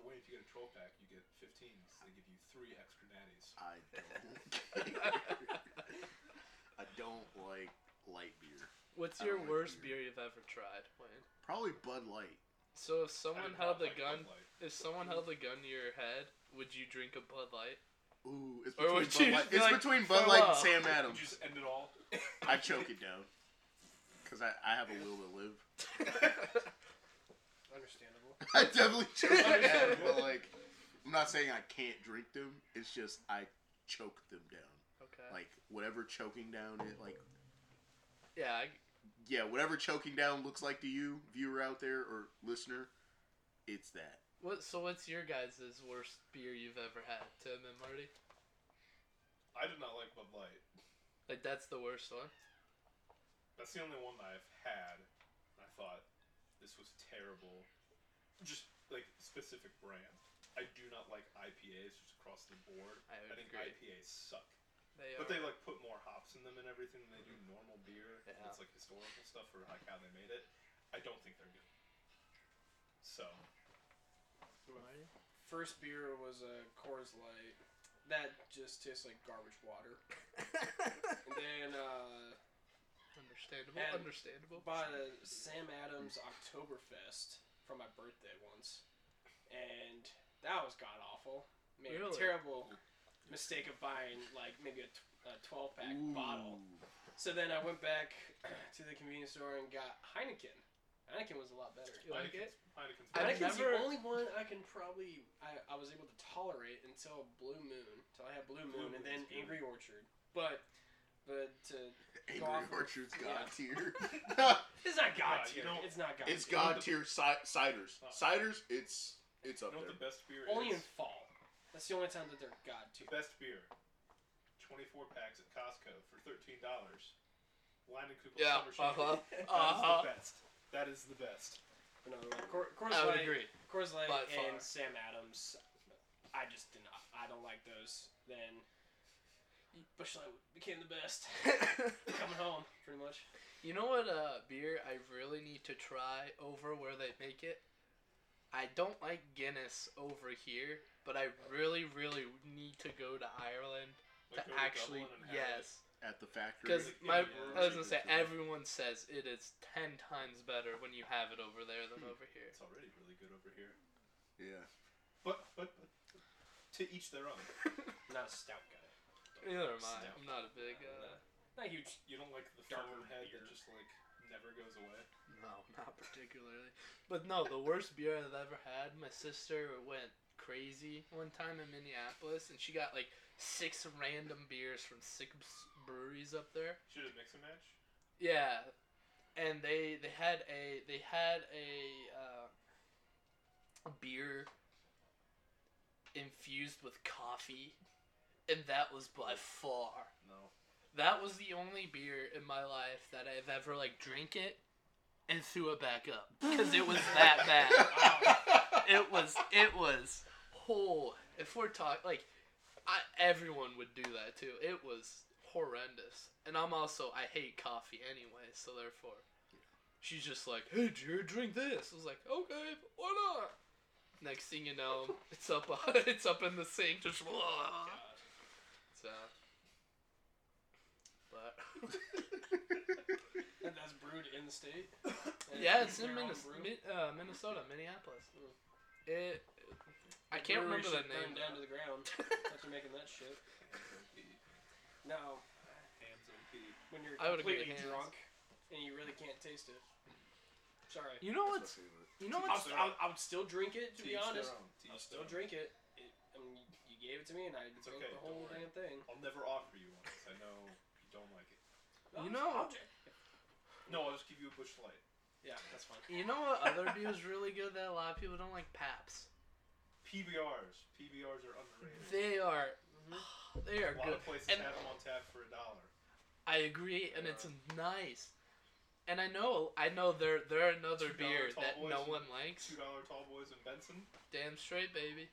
Speaker 2: But wait, if you get a troll pack, you get 15. So they give you three extra natties.
Speaker 1: I don't. care. I don't like light beer.
Speaker 3: What's
Speaker 1: I
Speaker 3: your
Speaker 1: don't like
Speaker 3: worst
Speaker 1: beer.
Speaker 3: beer you've ever tried, Wayne?
Speaker 1: Probably Bud Light.
Speaker 3: So if
Speaker 2: I
Speaker 3: someone
Speaker 2: did not
Speaker 3: held the
Speaker 2: like
Speaker 3: gun,
Speaker 2: Bud Light.
Speaker 3: if someone held the gun to your head, would you drink a Bud Light?
Speaker 1: Ooh, it's
Speaker 3: Or
Speaker 1: between Bud
Speaker 3: would
Speaker 1: Light.
Speaker 3: you just be
Speaker 1: It's
Speaker 3: like,
Speaker 1: between Bud Light and Sam
Speaker 3: "Farewell"?
Speaker 2: Did
Speaker 1: Adams.
Speaker 2: you just end it all?
Speaker 1: I choke it down. Cause I, I have a will to live.
Speaker 4: Understandable.
Speaker 1: I definitely choke it down, but like, I'm not saying I can't drink them. It's just I choke them down.
Speaker 3: okay.
Speaker 1: Like whatever choking down it, like
Speaker 3: yeah, I,
Speaker 1: yeah, whatever choking down looks like to you, viewer out there or listener, it's that.
Speaker 3: What so what's your guys' worst beer you've ever had, Tim and Marty?
Speaker 2: I did not like Bud Light.
Speaker 3: Like that's the worst one.
Speaker 2: That's the only one that I've had. And I thought this was terrible. Just like specific brand. I do not like IPAs just across the board.
Speaker 3: I
Speaker 2: I
Speaker 3: would
Speaker 2: think
Speaker 3: agree.
Speaker 2: IPAs suck.
Speaker 3: They
Speaker 2: But
Speaker 3: are
Speaker 2: they like put more hops in them and everything than they do normal beer. and
Speaker 3: Mm-hmm. Yeah.
Speaker 2: It's like historical stuff or like how they made it. I don't think they're good. So
Speaker 3: Marty?
Speaker 5: First beer was a Coors Light. That just tastes like garbage water. And then uh,
Speaker 3: Understandable,
Speaker 5: And-
Speaker 3: understandable.
Speaker 5: bought a Sam Adams Oktoberfest for my birthday once, and that was god awful. Made
Speaker 3: Really?
Speaker 5: a terrible mistake of buying like maybe a t- a 12 pack bottle. So then I went back to the convenience store and got Heineken. Heineken was a lot better.
Speaker 3: You like it?
Speaker 2: Heineken's
Speaker 3: I
Speaker 2: better.
Speaker 3: can-
Speaker 5: Heineken's
Speaker 3: never-
Speaker 5: the only one I can probably I, I was able to tolerate until Blue Moon, until I had Blue
Speaker 2: Blue
Speaker 5: Moon, and then
Speaker 2: Moon's good.
Speaker 5: Angry Orchard. But but uh,
Speaker 1: Angry
Speaker 5: Gotham.
Speaker 1: Orchard's god tier.
Speaker 5: it's not
Speaker 2: God
Speaker 5: god
Speaker 2: you
Speaker 5: tier.
Speaker 2: know,
Speaker 5: It's not god.
Speaker 1: it's
Speaker 5: tier.
Speaker 1: god tier ci- ciders. Ciders, it's it's
Speaker 2: You
Speaker 1: up
Speaker 2: know what
Speaker 1: there.
Speaker 2: the best beer
Speaker 5: Only in
Speaker 2: is?
Speaker 5: fall. That's the only time that they're god tier.
Speaker 2: The best beer. 24 packs at Costco for $13. Line and Cooper
Speaker 3: Yeah,
Speaker 2: Summer Shandy. That is
Speaker 3: uh-huh. Uh-huh.
Speaker 2: the best. That is the best.
Speaker 5: But no, like, Coor- Coors
Speaker 3: I would
Speaker 5: Light-
Speaker 3: agree.
Speaker 5: Coors Light
Speaker 3: By far.
Speaker 5: and Sam Adams. I just did not. I don't like those. Then Bush Light became the best. Coming home, pretty much.
Speaker 3: You know what uh, beer I really need to try over where they make it? I don't like Guinness over here, but I really, really need to go to Ireland
Speaker 2: Like,
Speaker 3: to
Speaker 2: go
Speaker 3: actually.
Speaker 2: Dublin and have
Speaker 3: Yes,
Speaker 1: At the factory.
Speaker 3: because
Speaker 2: Really?
Speaker 3: my
Speaker 2: Yeah.
Speaker 3: I was gonna say everyone says it is ten times better when you have it over there than over
Speaker 2: it.
Speaker 3: here.
Speaker 2: It's already really good over here.
Speaker 1: Yeah.
Speaker 2: But, but, but to each their own.
Speaker 5: Not a stout guy.
Speaker 3: Neither am I.
Speaker 2: Stout.
Speaker 3: I'm not a big. Uh,
Speaker 5: Not huge.
Speaker 2: You don't like the
Speaker 5: Darker
Speaker 2: foam head that
Speaker 5: beer.
Speaker 2: just like never goes away.
Speaker 3: No, not particularly. But no, the worst beer I've ever had. My sister went crazy one time in Minneapolis, and she got like six random beers from six breweries up there.
Speaker 2: Should it mix and match?
Speaker 3: Yeah, and they they had a they had a, uh, a beer infused with coffee, and that was by far
Speaker 2: No.
Speaker 3: that was the only beer in my life that I've ever like drank it and threw it back up because it was that bad. It was it was whole. If we're talking like, I everyone would do that too. It was horrendous, and I'm also I hate coffee anyway, so therefore, she's just like, "Hey, Jared, drink this." I was like, "Okay, why not?" Next thing you know, it's up it's up in the sink just. So, but.
Speaker 5: And that's brewed in the state. And
Speaker 3: Yeah, it's in
Speaker 5: their own
Speaker 3: Minnes-
Speaker 5: brew.
Speaker 3: Min- uh, Minnesota, Minneapolis.
Speaker 5: Mm.
Speaker 3: It. I
Speaker 5: The
Speaker 3: can't
Speaker 5: brewery
Speaker 3: remember the
Speaker 5: should burn
Speaker 3: name.
Speaker 5: down to the ground after making that shit. No,
Speaker 2: Hands on pee.
Speaker 5: when you're
Speaker 3: I would agree
Speaker 5: completely
Speaker 3: with hands.
Speaker 5: drunk and you really can't taste it. Sorry.
Speaker 3: You know
Speaker 1: That's
Speaker 3: what's
Speaker 1: my favorite.
Speaker 3: you know
Speaker 2: Teach
Speaker 3: what's
Speaker 2: their
Speaker 5: I,
Speaker 2: own.
Speaker 5: I would still drink it,
Speaker 2: To
Speaker 5: to
Speaker 2: each
Speaker 5: be
Speaker 2: their
Speaker 5: honest.
Speaker 2: own. To
Speaker 5: I'll
Speaker 2: each
Speaker 5: still
Speaker 2: their own.
Speaker 5: drink it. it I mean, you gave it to me, and I
Speaker 2: It's
Speaker 5: drank
Speaker 2: okay,
Speaker 5: the
Speaker 2: don't
Speaker 5: whole
Speaker 2: worry.
Speaker 5: damn thing.
Speaker 2: I'll never offer you one 'cause I know you don't like it.
Speaker 3: You
Speaker 5: I'll-
Speaker 3: know-
Speaker 5: I'll drink-
Speaker 2: No, I'll just give you a bush light.
Speaker 5: yeah, that's fine.
Speaker 3: you know what other beer's really good that a lot of people don't like Paps.
Speaker 2: PBRs. PBRs are underrated.
Speaker 3: They are
Speaker 5: Mhm.
Speaker 3: they are
Speaker 2: a lot
Speaker 3: good.
Speaker 2: of places
Speaker 3: And-
Speaker 2: have them on tap for a dollar.
Speaker 3: I agree, and it's nice. And I know I know they're they're another
Speaker 2: $2
Speaker 3: beer
Speaker 2: tall
Speaker 3: that
Speaker 2: boys
Speaker 3: no
Speaker 2: and
Speaker 3: one likes.
Speaker 2: Two dollar tall boys and Benson.
Speaker 3: Damn straight, baby.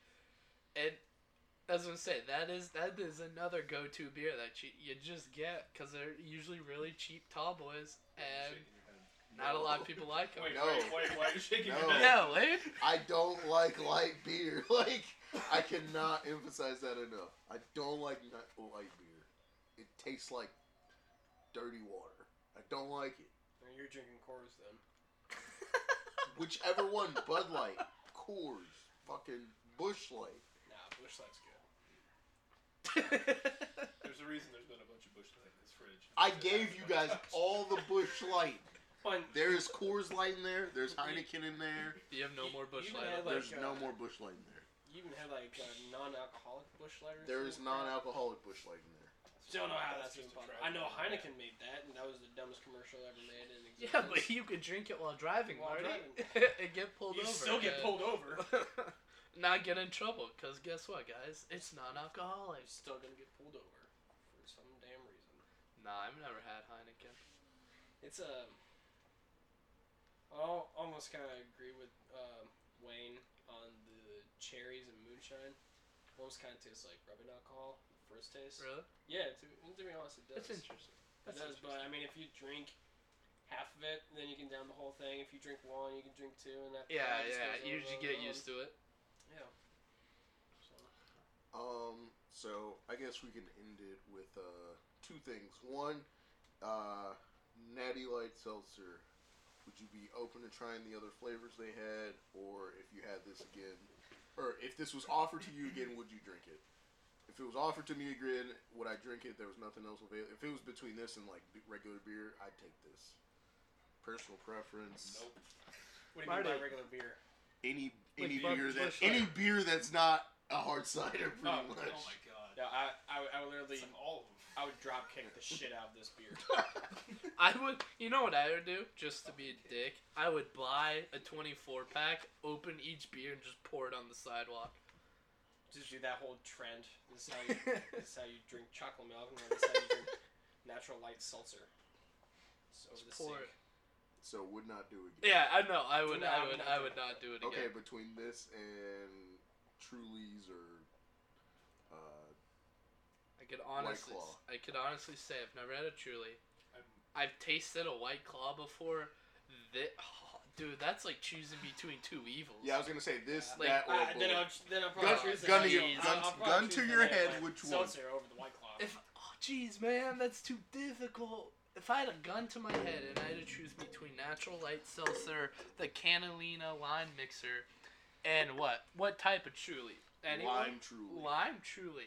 Speaker 3: And as I was gonna say, that is that is another go-to beer that you, you just get because they're usually really cheap tall boys, and
Speaker 2: Shaking your head.
Speaker 3: not a lot of people like them.
Speaker 2: Wait,
Speaker 1: No.
Speaker 2: wait, wait, why are you shaking
Speaker 1: No.
Speaker 2: your head?
Speaker 3: Yeah, wait.
Speaker 1: I don't like light beer. Like I cannot emphasize that enough. I don't like ni- light beer. It tastes like dirty water. I don't like it.
Speaker 5: Well, You're drinking Coors then.
Speaker 1: Whichever one, Bud Light, Coors, fucking Bush Light.
Speaker 5: Nah, Bush Light's good.
Speaker 2: There's a reason there's been a bunch of bush light in this fridge.
Speaker 1: I gave you guys all the Bush Light.
Speaker 5: Fun.
Speaker 1: There is Coors Light in there. There's Heineken in there.
Speaker 3: you have no
Speaker 5: You-
Speaker 3: more bush
Speaker 5: you
Speaker 3: light.
Speaker 5: had,
Speaker 3: up there.
Speaker 1: There's no more Bush Light in there.
Speaker 5: You even had like uh, non-alcoholic Bush Light. or
Speaker 1: There is
Speaker 5: something like that.
Speaker 1: non-alcoholic Bush Light in there.
Speaker 5: Don't know how that's,
Speaker 2: just
Speaker 5: even
Speaker 2: a
Speaker 5: possible.
Speaker 2: tragedy.
Speaker 5: I know Heineken made that, and that was the dumbest commercial ever made in
Speaker 3: Yeah,
Speaker 5: existence.
Speaker 3: but you could drink it while driving,
Speaker 5: While
Speaker 3: Marty,
Speaker 5: driving.
Speaker 3: and get pulled
Speaker 5: you
Speaker 3: over.
Speaker 5: still get
Speaker 3: and-
Speaker 5: pulled over.
Speaker 3: Not get in trouble, cause guess what, guys? It's non-alcoholic.
Speaker 5: You're still gonna get pulled over for some damn reason.
Speaker 3: Nah, I've never had Heineken.
Speaker 5: It's um. I'll almost kind of agree with um, Wayne on the cherries and moonshine. Almost kind of tastes like rubbing alcohol. First taste.
Speaker 3: Really?
Speaker 5: Yeah, to, to be honest, it does.
Speaker 3: That's interesting.
Speaker 5: It
Speaker 3: That's
Speaker 5: does, but I mean, if you drink half of it, then you can down the whole thing. If you drink one, you can drink two, and after
Speaker 3: Yeah, yeah.
Speaker 5: that,
Speaker 3: You just get used to it.
Speaker 5: Yeah. So,
Speaker 1: Um, so I guess we can end it with uh, two things. One, uh, Natty Light Seltzer. Would you be open to trying the other flavors they had, or if you had this again, or if this was offered to you again, would you drink it? If it was offered to me again, would I drink it? There was nothing else available. If it was between this and like b- regular beer, I'd take this. Personal preference.
Speaker 2: Nope.
Speaker 5: What do you mean by
Speaker 3: Marty.
Speaker 5: regular beer?
Speaker 1: Any
Speaker 3: Like
Speaker 1: any
Speaker 3: Bud-
Speaker 1: beer
Speaker 3: Bud
Speaker 1: that
Speaker 3: Cider.
Speaker 1: any beer that's not a hard cider, pretty
Speaker 2: Oh,
Speaker 1: much.
Speaker 2: oh my god.
Speaker 4: No, I, I, would- I would literally,
Speaker 2: It's like all of them.
Speaker 4: I would drop kick the shit out of this beer.
Speaker 3: I would, you know what I would do, just to be a dick. I would buy a 24 pack, open each beer, and just pour it on the sidewalk.
Speaker 4: Just do that whole trend. This is
Speaker 5: Oh,
Speaker 4: how you, this is how you drink chocolate milk, and then this is how you drink natural light seltzer. It's over
Speaker 3: Just
Speaker 4: the
Speaker 3: pour
Speaker 4: sink.
Speaker 1: So would not do again.
Speaker 3: Yeah, I know. I would.
Speaker 4: No, I'm
Speaker 3: I would.
Speaker 4: not
Speaker 3: I
Speaker 4: doing
Speaker 3: would
Speaker 4: it.
Speaker 3: not do it again.
Speaker 1: Okay, between this and Truly's or uh,
Speaker 3: I could honestly.
Speaker 1: Claw.
Speaker 3: I could honestly say I've never had a Truly.
Speaker 2: I'm,
Speaker 3: I've tasted a White Claw before. That, dude, that's like choosing between two evils.
Speaker 1: yeah, I was gonna say this,
Speaker 3: Like,
Speaker 1: that, or
Speaker 4: Uh, then
Speaker 1: Bullet.
Speaker 4: I'll, then I'll
Speaker 1: Gun-
Speaker 4: probably choose the
Speaker 3: gun to
Speaker 4: White Claw.
Speaker 3: your-
Speaker 1: gun-
Speaker 4: I'll probably
Speaker 1: gun
Speaker 4: choose
Speaker 1: to
Speaker 4: the
Speaker 1: your
Speaker 4: White
Speaker 1: head,
Speaker 4: Claw.
Speaker 1: which one?
Speaker 4: Seltzer over the white claw.
Speaker 3: If oh jeez man, that's too difficult. If I had a gun to my head and I had to choose between natural light seltzer, the Canalina lime mixer, and what? What type of Truly?
Speaker 1: lime Truly.
Speaker 3: Lime Truly.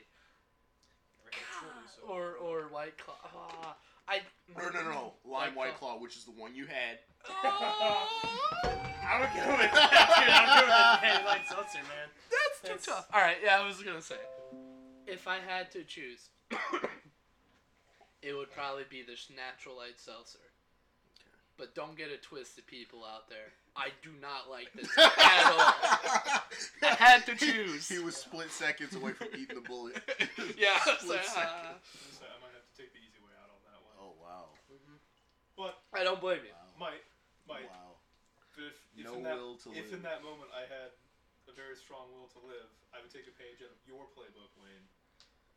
Speaker 4: Never had Truly's over-
Speaker 3: Or or White Claw. Ah, I
Speaker 1: No, no, no, no. Lime
Speaker 3: White
Speaker 1: White Claw, which is the one you had.
Speaker 3: Oh!
Speaker 4: I would go with dude. I'm doing the Natty light seltzer, man.
Speaker 3: That's too
Speaker 4: That's-
Speaker 3: tough. All right, yeah, I was gonna say, if I had to choose, it would probably be this natural light seltzer. But don't get it twisted, people out there. I do not like this at all. I had to choose.
Speaker 1: He, was split seconds away from eating the bullet.
Speaker 3: Yeah, I, was
Speaker 1: Split
Speaker 3: like,
Speaker 1: second.
Speaker 3: ah.
Speaker 2: so I might have to take the easy way out on that one.
Speaker 1: Oh wow.
Speaker 2: But
Speaker 3: I don't blame you.
Speaker 1: Wow.
Speaker 2: might, might.
Speaker 1: Wow.
Speaker 2: If, if
Speaker 1: No
Speaker 2: in that,
Speaker 1: will to live.
Speaker 2: if in that moment I had a very strong will to live, I would take a page out of your playbook, Wayne,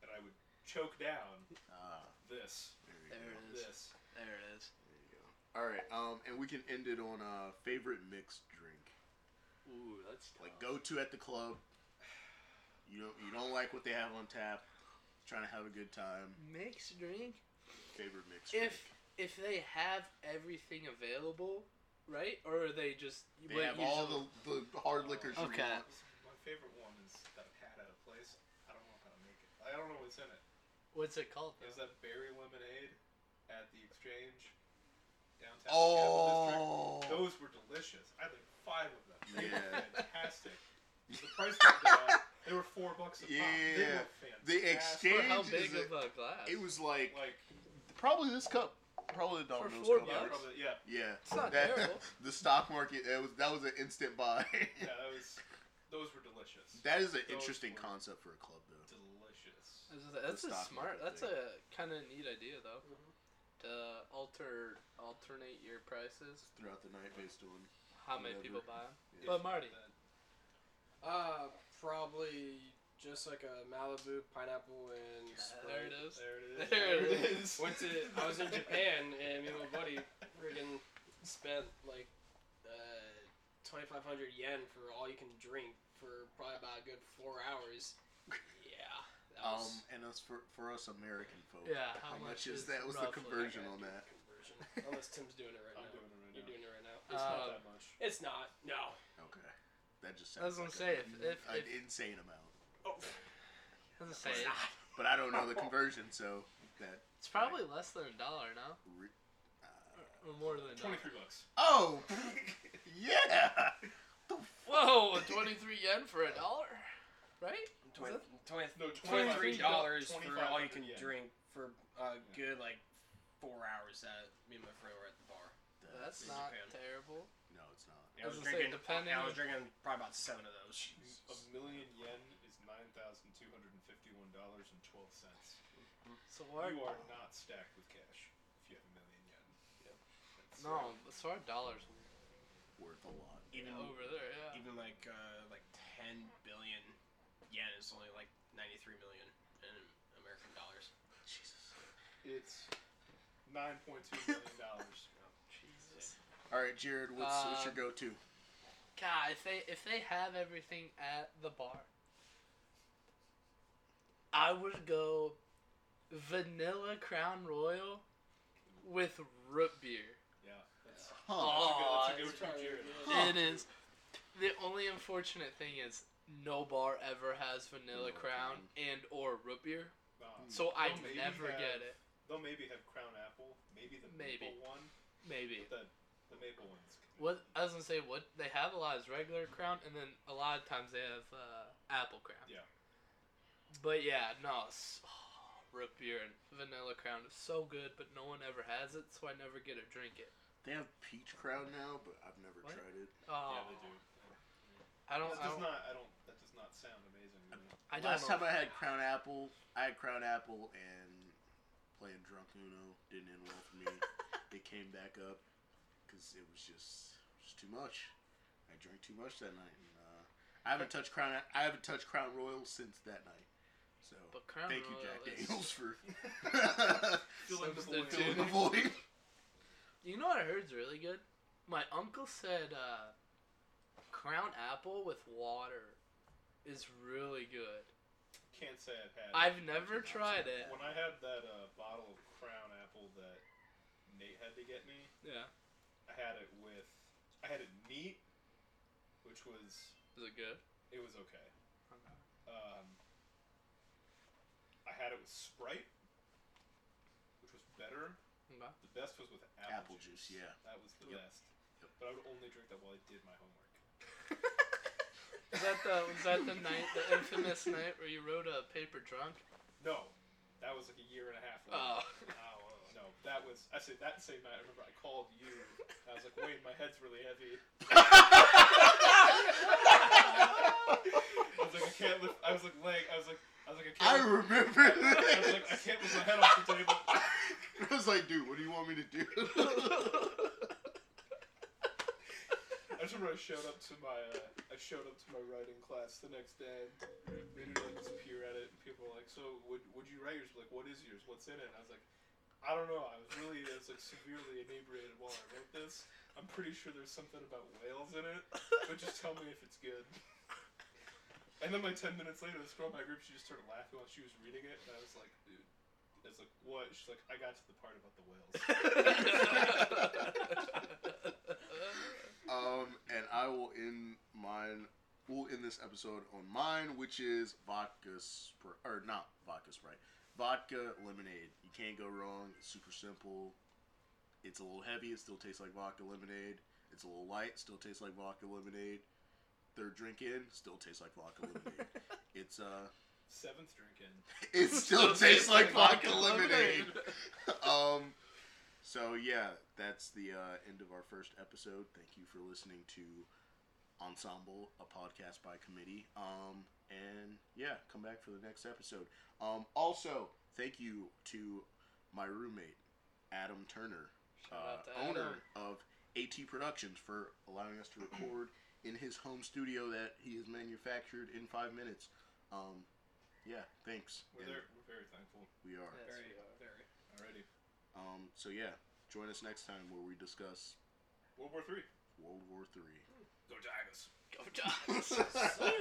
Speaker 2: and I would choke down
Speaker 1: Ah,
Speaker 2: this,
Speaker 1: there you
Speaker 3: There
Speaker 1: go.
Speaker 3: it is.
Speaker 2: this.
Speaker 3: There it is.
Speaker 1: There you go. All right, um, and we can end it on uh, favorite mixed drink.
Speaker 3: Ooh, that's tough.
Speaker 1: Like go to at the club. You don't you don't like what they have on tap. Trying to have a good time.
Speaker 3: mixed drink.
Speaker 1: Favorite mixed drink.
Speaker 3: If if they have everything available, right? Or are they just
Speaker 1: They
Speaker 3: what
Speaker 1: have all
Speaker 3: usually-
Speaker 1: the, the hard liquors you
Speaker 3: Okay.
Speaker 1: want.
Speaker 2: My favorite one is that I've had at a place. I don't know how to make it. I don't know what's in it.
Speaker 3: what's it called?
Speaker 2: It was that berry lemonade at the exchange downtown. Capital
Speaker 1: Oh.
Speaker 2: District. Those were delicious. I had like five of them. They
Speaker 1: Yeah.
Speaker 2: were fantastic. The price went down. They were four bucks a pop. They
Speaker 1: Yeah.
Speaker 2: were fantastic.
Speaker 1: The
Speaker 3: For how
Speaker 1: exchange is
Speaker 3: big
Speaker 1: a-
Speaker 3: of a glass?
Speaker 1: It was like
Speaker 2: Like,
Speaker 1: probably this cup, probably the
Speaker 3: For
Speaker 1: Domino's
Speaker 3: four
Speaker 1: cup.
Speaker 2: yeah,
Speaker 3: bucks?
Speaker 2: probably, yeah,
Speaker 1: Yeah,
Speaker 3: It's not
Speaker 1: that,
Speaker 3: terrible.
Speaker 1: the stock market that was that was an instant buy.
Speaker 2: yeah, that was, those were delicious.
Speaker 1: that is an
Speaker 2: Those
Speaker 1: interesting
Speaker 2: were-
Speaker 1: concept for a club, though.
Speaker 2: delicious.
Speaker 3: That's a- That's a
Speaker 1: stock market
Speaker 3: smart. That's
Speaker 1: thing.
Speaker 3: a kind of neat idea though. To alter alternate your prices,
Speaker 1: Throughout the night, based on
Speaker 3: how many
Speaker 1: Whatever.
Speaker 3: people buy them?
Speaker 1: Yeah.
Speaker 3: But Marty,
Speaker 5: Uh, probably just like a Malibu pineapple and
Speaker 3: there
Speaker 5: Sprite.
Speaker 3: it is.
Speaker 2: There it is.
Speaker 3: There it
Speaker 2: is.
Speaker 5: Went to I was in Japan and me and my buddy friggin' spent like uh, 2,500 yen for all you can drink for probably about a good four hours. Yeah, that
Speaker 1: um,
Speaker 5: was
Speaker 1: and us for for us American folk.
Speaker 3: Yeah,
Speaker 1: How, much is
Speaker 3: it
Speaker 1: that? Was the
Speaker 3: roughly?
Speaker 1: conversion
Speaker 5: I
Speaker 1: on
Speaker 5: gotta do
Speaker 1: that?
Speaker 5: the conversion. Unless Tim's doing it right
Speaker 2: I'm
Speaker 5: now.
Speaker 2: doing it right
Speaker 5: You're
Speaker 2: now.
Speaker 5: doing it right now.
Speaker 2: It's not
Speaker 3: Um,
Speaker 2: that much.
Speaker 5: It's not. No.
Speaker 1: Okay, that just
Speaker 3: I was
Speaker 1: sounds
Speaker 3: gonna
Speaker 1: like
Speaker 3: say,
Speaker 1: a-
Speaker 3: if- if-
Speaker 1: an
Speaker 3: if-
Speaker 1: insane amount.
Speaker 5: Oh,
Speaker 3: Doesn't say
Speaker 5: it's
Speaker 3: it.
Speaker 5: not.
Speaker 1: But I don't know the conversion, so that
Speaker 3: It's probably less than a dollar now,
Speaker 1: re- uh,
Speaker 3: or more than a dollar.
Speaker 2: Twenty-three bucks.
Speaker 1: oh yeah. The f-
Speaker 3: Whoa, twenty-three yen for a dollar, right?
Speaker 5: Twen- twen-
Speaker 2: No,
Speaker 5: Twenty-three dollars for all you can
Speaker 2: $2,500 yen.
Speaker 5: drink for a good like four hours. That me and my friend were at the bar.
Speaker 3: That's
Speaker 5: In
Speaker 3: not
Speaker 5: Japan.
Speaker 3: terrible.
Speaker 1: No, it's not.
Speaker 5: And I
Speaker 3: was
Speaker 5: was,
Speaker 3: gonna say,
Speaker 5: drinking.
Speaker 3: depending
Speaker 5: I
Speaker 3: on-
Speaker 5: was drinking probably about seven of those.
Speaker 2: A million yen is nine thousand two hundred and fifty-one dollars and twelve cents.
Speaker 3: So
Speaker 2: You
Speaker 3: our
Speaker 2: are not stacked with cash if you have a million yen. That's- uh,
Speaker 3: no, so our dollars
Speaker 1: Worth a lot.
Speaker 5: Even
Speaker 3: over there. Yeah.
Speaker 5: even like uh, like ten billion yen is only like ninety three million in American dollars.
Speaker 1: Jesus.
Speaker 2: It's nine point two million dollars.
Speaker 3: Jesus.
Speaker 1: All right, Jared, what's, what's your
Speaker 3: Um,
Speaker 1: go-to?
Speaker 3: God, if they if they have everything at the bar, I would go vanilla Crown Royal with root beer.
Speaker 2: Yeah, that's,
Speaker 1: Huh.
Speaker 3: Oh,
Speaker 2: that's a good, that's a good
Speaker 5: that's probably
Speaker 2: Jared.
Speaker 5: good.
Speaker 1: Huh.
Speaker 3: It is. The only unfortunate thing is no bar ever has
Speaker 1: Vanilla
Speaker 3: vanilla crown and or root beer.
Speaker 2: Um,
Speaker 3: So I
Speaker 2: they'll maybe
Speaker 3: never
Speaker 2: have-
Speaker 3: get it.
Speaker 2: They'll maybe have Crown Apple, maybe the
Speaker 3: Maybe.
Speaker 2: maple one.
Speaker 3: Maybe.
Speaker 2: But the, the maple one's.
Speaker 3: What I was gonna say, what they have a lot is regular crown, and then a lot of times they have uh, apple crown.
Speaker 2: Yeah.
Speaker 3: But yeah, no, s oh, root beer and vanilla crown is so good, but no one ever has it, so I never get to drink it.
Speaker 1: They have peach crown now, but I've never
Speaker 3: What?
Speaker 1: tried it.
Speaker 3: Oh,
Speaker 2: Yeah, they do.
Speaker 3: I don't.
Speaker 2: That
Speaker 3: I
Speaker 2: does
Speaker 3: don't.
Speaker 2: not. I don't. That does not sound amazing. to me.
Speaker 3: I don't
Speaker 1: Last
Speaker 3: know.
Speaker 1: time I had crown apple, I had crown apple and playing drunk Uno didn't end well for me. it came back up because it was just just too much. I drank too much that night. And, uh, I haven't touched crown. I haven't touched crown royal since that night. So
Speaker 3: But crown
Speaker 1: thank you,
Speaker 3: royal
Speaker 1: Jack
Speaker 3: is-
Speaker 1: Daniels, for
Speaker 2: Feel like the
Speaker 3: Substitute.
Speaker 2: boy-
Speaker 1: filling the void.
Speaker 3: You know what I heard's really good? My uncle said uh, crown apple with water is really good.
Speaker 2: Can't say I've had. it.
Speaker 3: I've never tried it.
Speaker 2: When I had that uh, bottle of Crown Apple that Nate had to get me,
Speaker 3: Yeah.
Speaker 2: I had it with. I had it neat, which was
Speaker 3: Is it good?
Speaker 2: it was okay.
Speaker 3: Okay.
Speaker 2: Um, I had it with Sprite, which was better.
Speaker 3: Okay.
Speaker 2: The best was with
Speaker 1: Apple
Speaker 2: apple,
Speaker 1: juice, yeah.
Speaker 2: That was the
Speaker 1: Yep.
Speaker 2: best.
Speaker 1: Yep.
Speaker 2: But I would only drink that while I did my homework.
Speaker 3: Was that the was that the night the infamous night where you wrote a paper drunk?
Speaker 2: No, that was like a year and a half.
Speaker 3: Oh.
Speaker 2: No, that was. I said that same night. I remember I called you. I was like, Wayne, my head's really heavy. I was like, I can't lift. I was like, leg. I was like, I was like, I
Speaker 1: I
Speaker 2: can't. lift-
Speaker 1: remember
Speaker 2: I was like, I
Speaker 1: this.
Speaker 2: can't lift my head off the table.
Speaker 1: I was like, dude, what do you want me to do?
Speaker 2: I just remember I showed up to my uh, I showed up to my writing class the next day. We did like this peer at it, and people were like, "So, would would you write yours?" Like, what is yours? What's in it? And I was like, "I don't know. I was really I was like severely inebriated while I wrote this. I'm pretty sure there's something about whales in it, but just tell me if it's good." And then like ten minutes later, this girl in my group she just started laughing while she was reading it, and I was like, "Dude." I was like, what? She's like, I got to the part about the whales.
Speaker 1: Um, and I will end mine. We'll end this episode on mine, which is vodka Spr or not vodka sprite, vodka lemonade. You can't go wrong. It's super simple. It's a little heavy. It still tastes like vodka lemonade. It's a little light. Still tastes like vodka lemonade. Third drink in, still tastes like vodka lemonade. It's uh,
Speaker 2: Seventh drink in.
Speaker 1: it still tastes like vodka lemonade. um, so yeah, that's the uh, end of our first episode. Thank you for listening to Ensemble, a podcast by committee. Um, and yeah, come back for the next episode. Um, also, thank you to my roommate Adam Turner,
Speaker 3: Shout out to
Speaker 1: uh, owner
Speaker 3: Adam.
Speaker 1: of AT Productions, for allowing us to record in his home studio that he has manufactured in five minutes. Um, yeah, thanks.
Speaker 2: We're,
Speaker 1: And
Speaker 2: there, we're very thankful.
Speaker 1: We are.
Speaker 3: Yes,
Speaker 5: Very,
Speaker 3: we are.
Speaker 5: very.
Speaker 2: Alrighty.
Speaker 1: Um, so yeah, join us next time where we discuss
Speaker 2: World War Three.
Speaker 1: World War Three.
Speaker 2: Go Tigers.
Speaker 3: Go Giants.
Speaker 1: Sorry.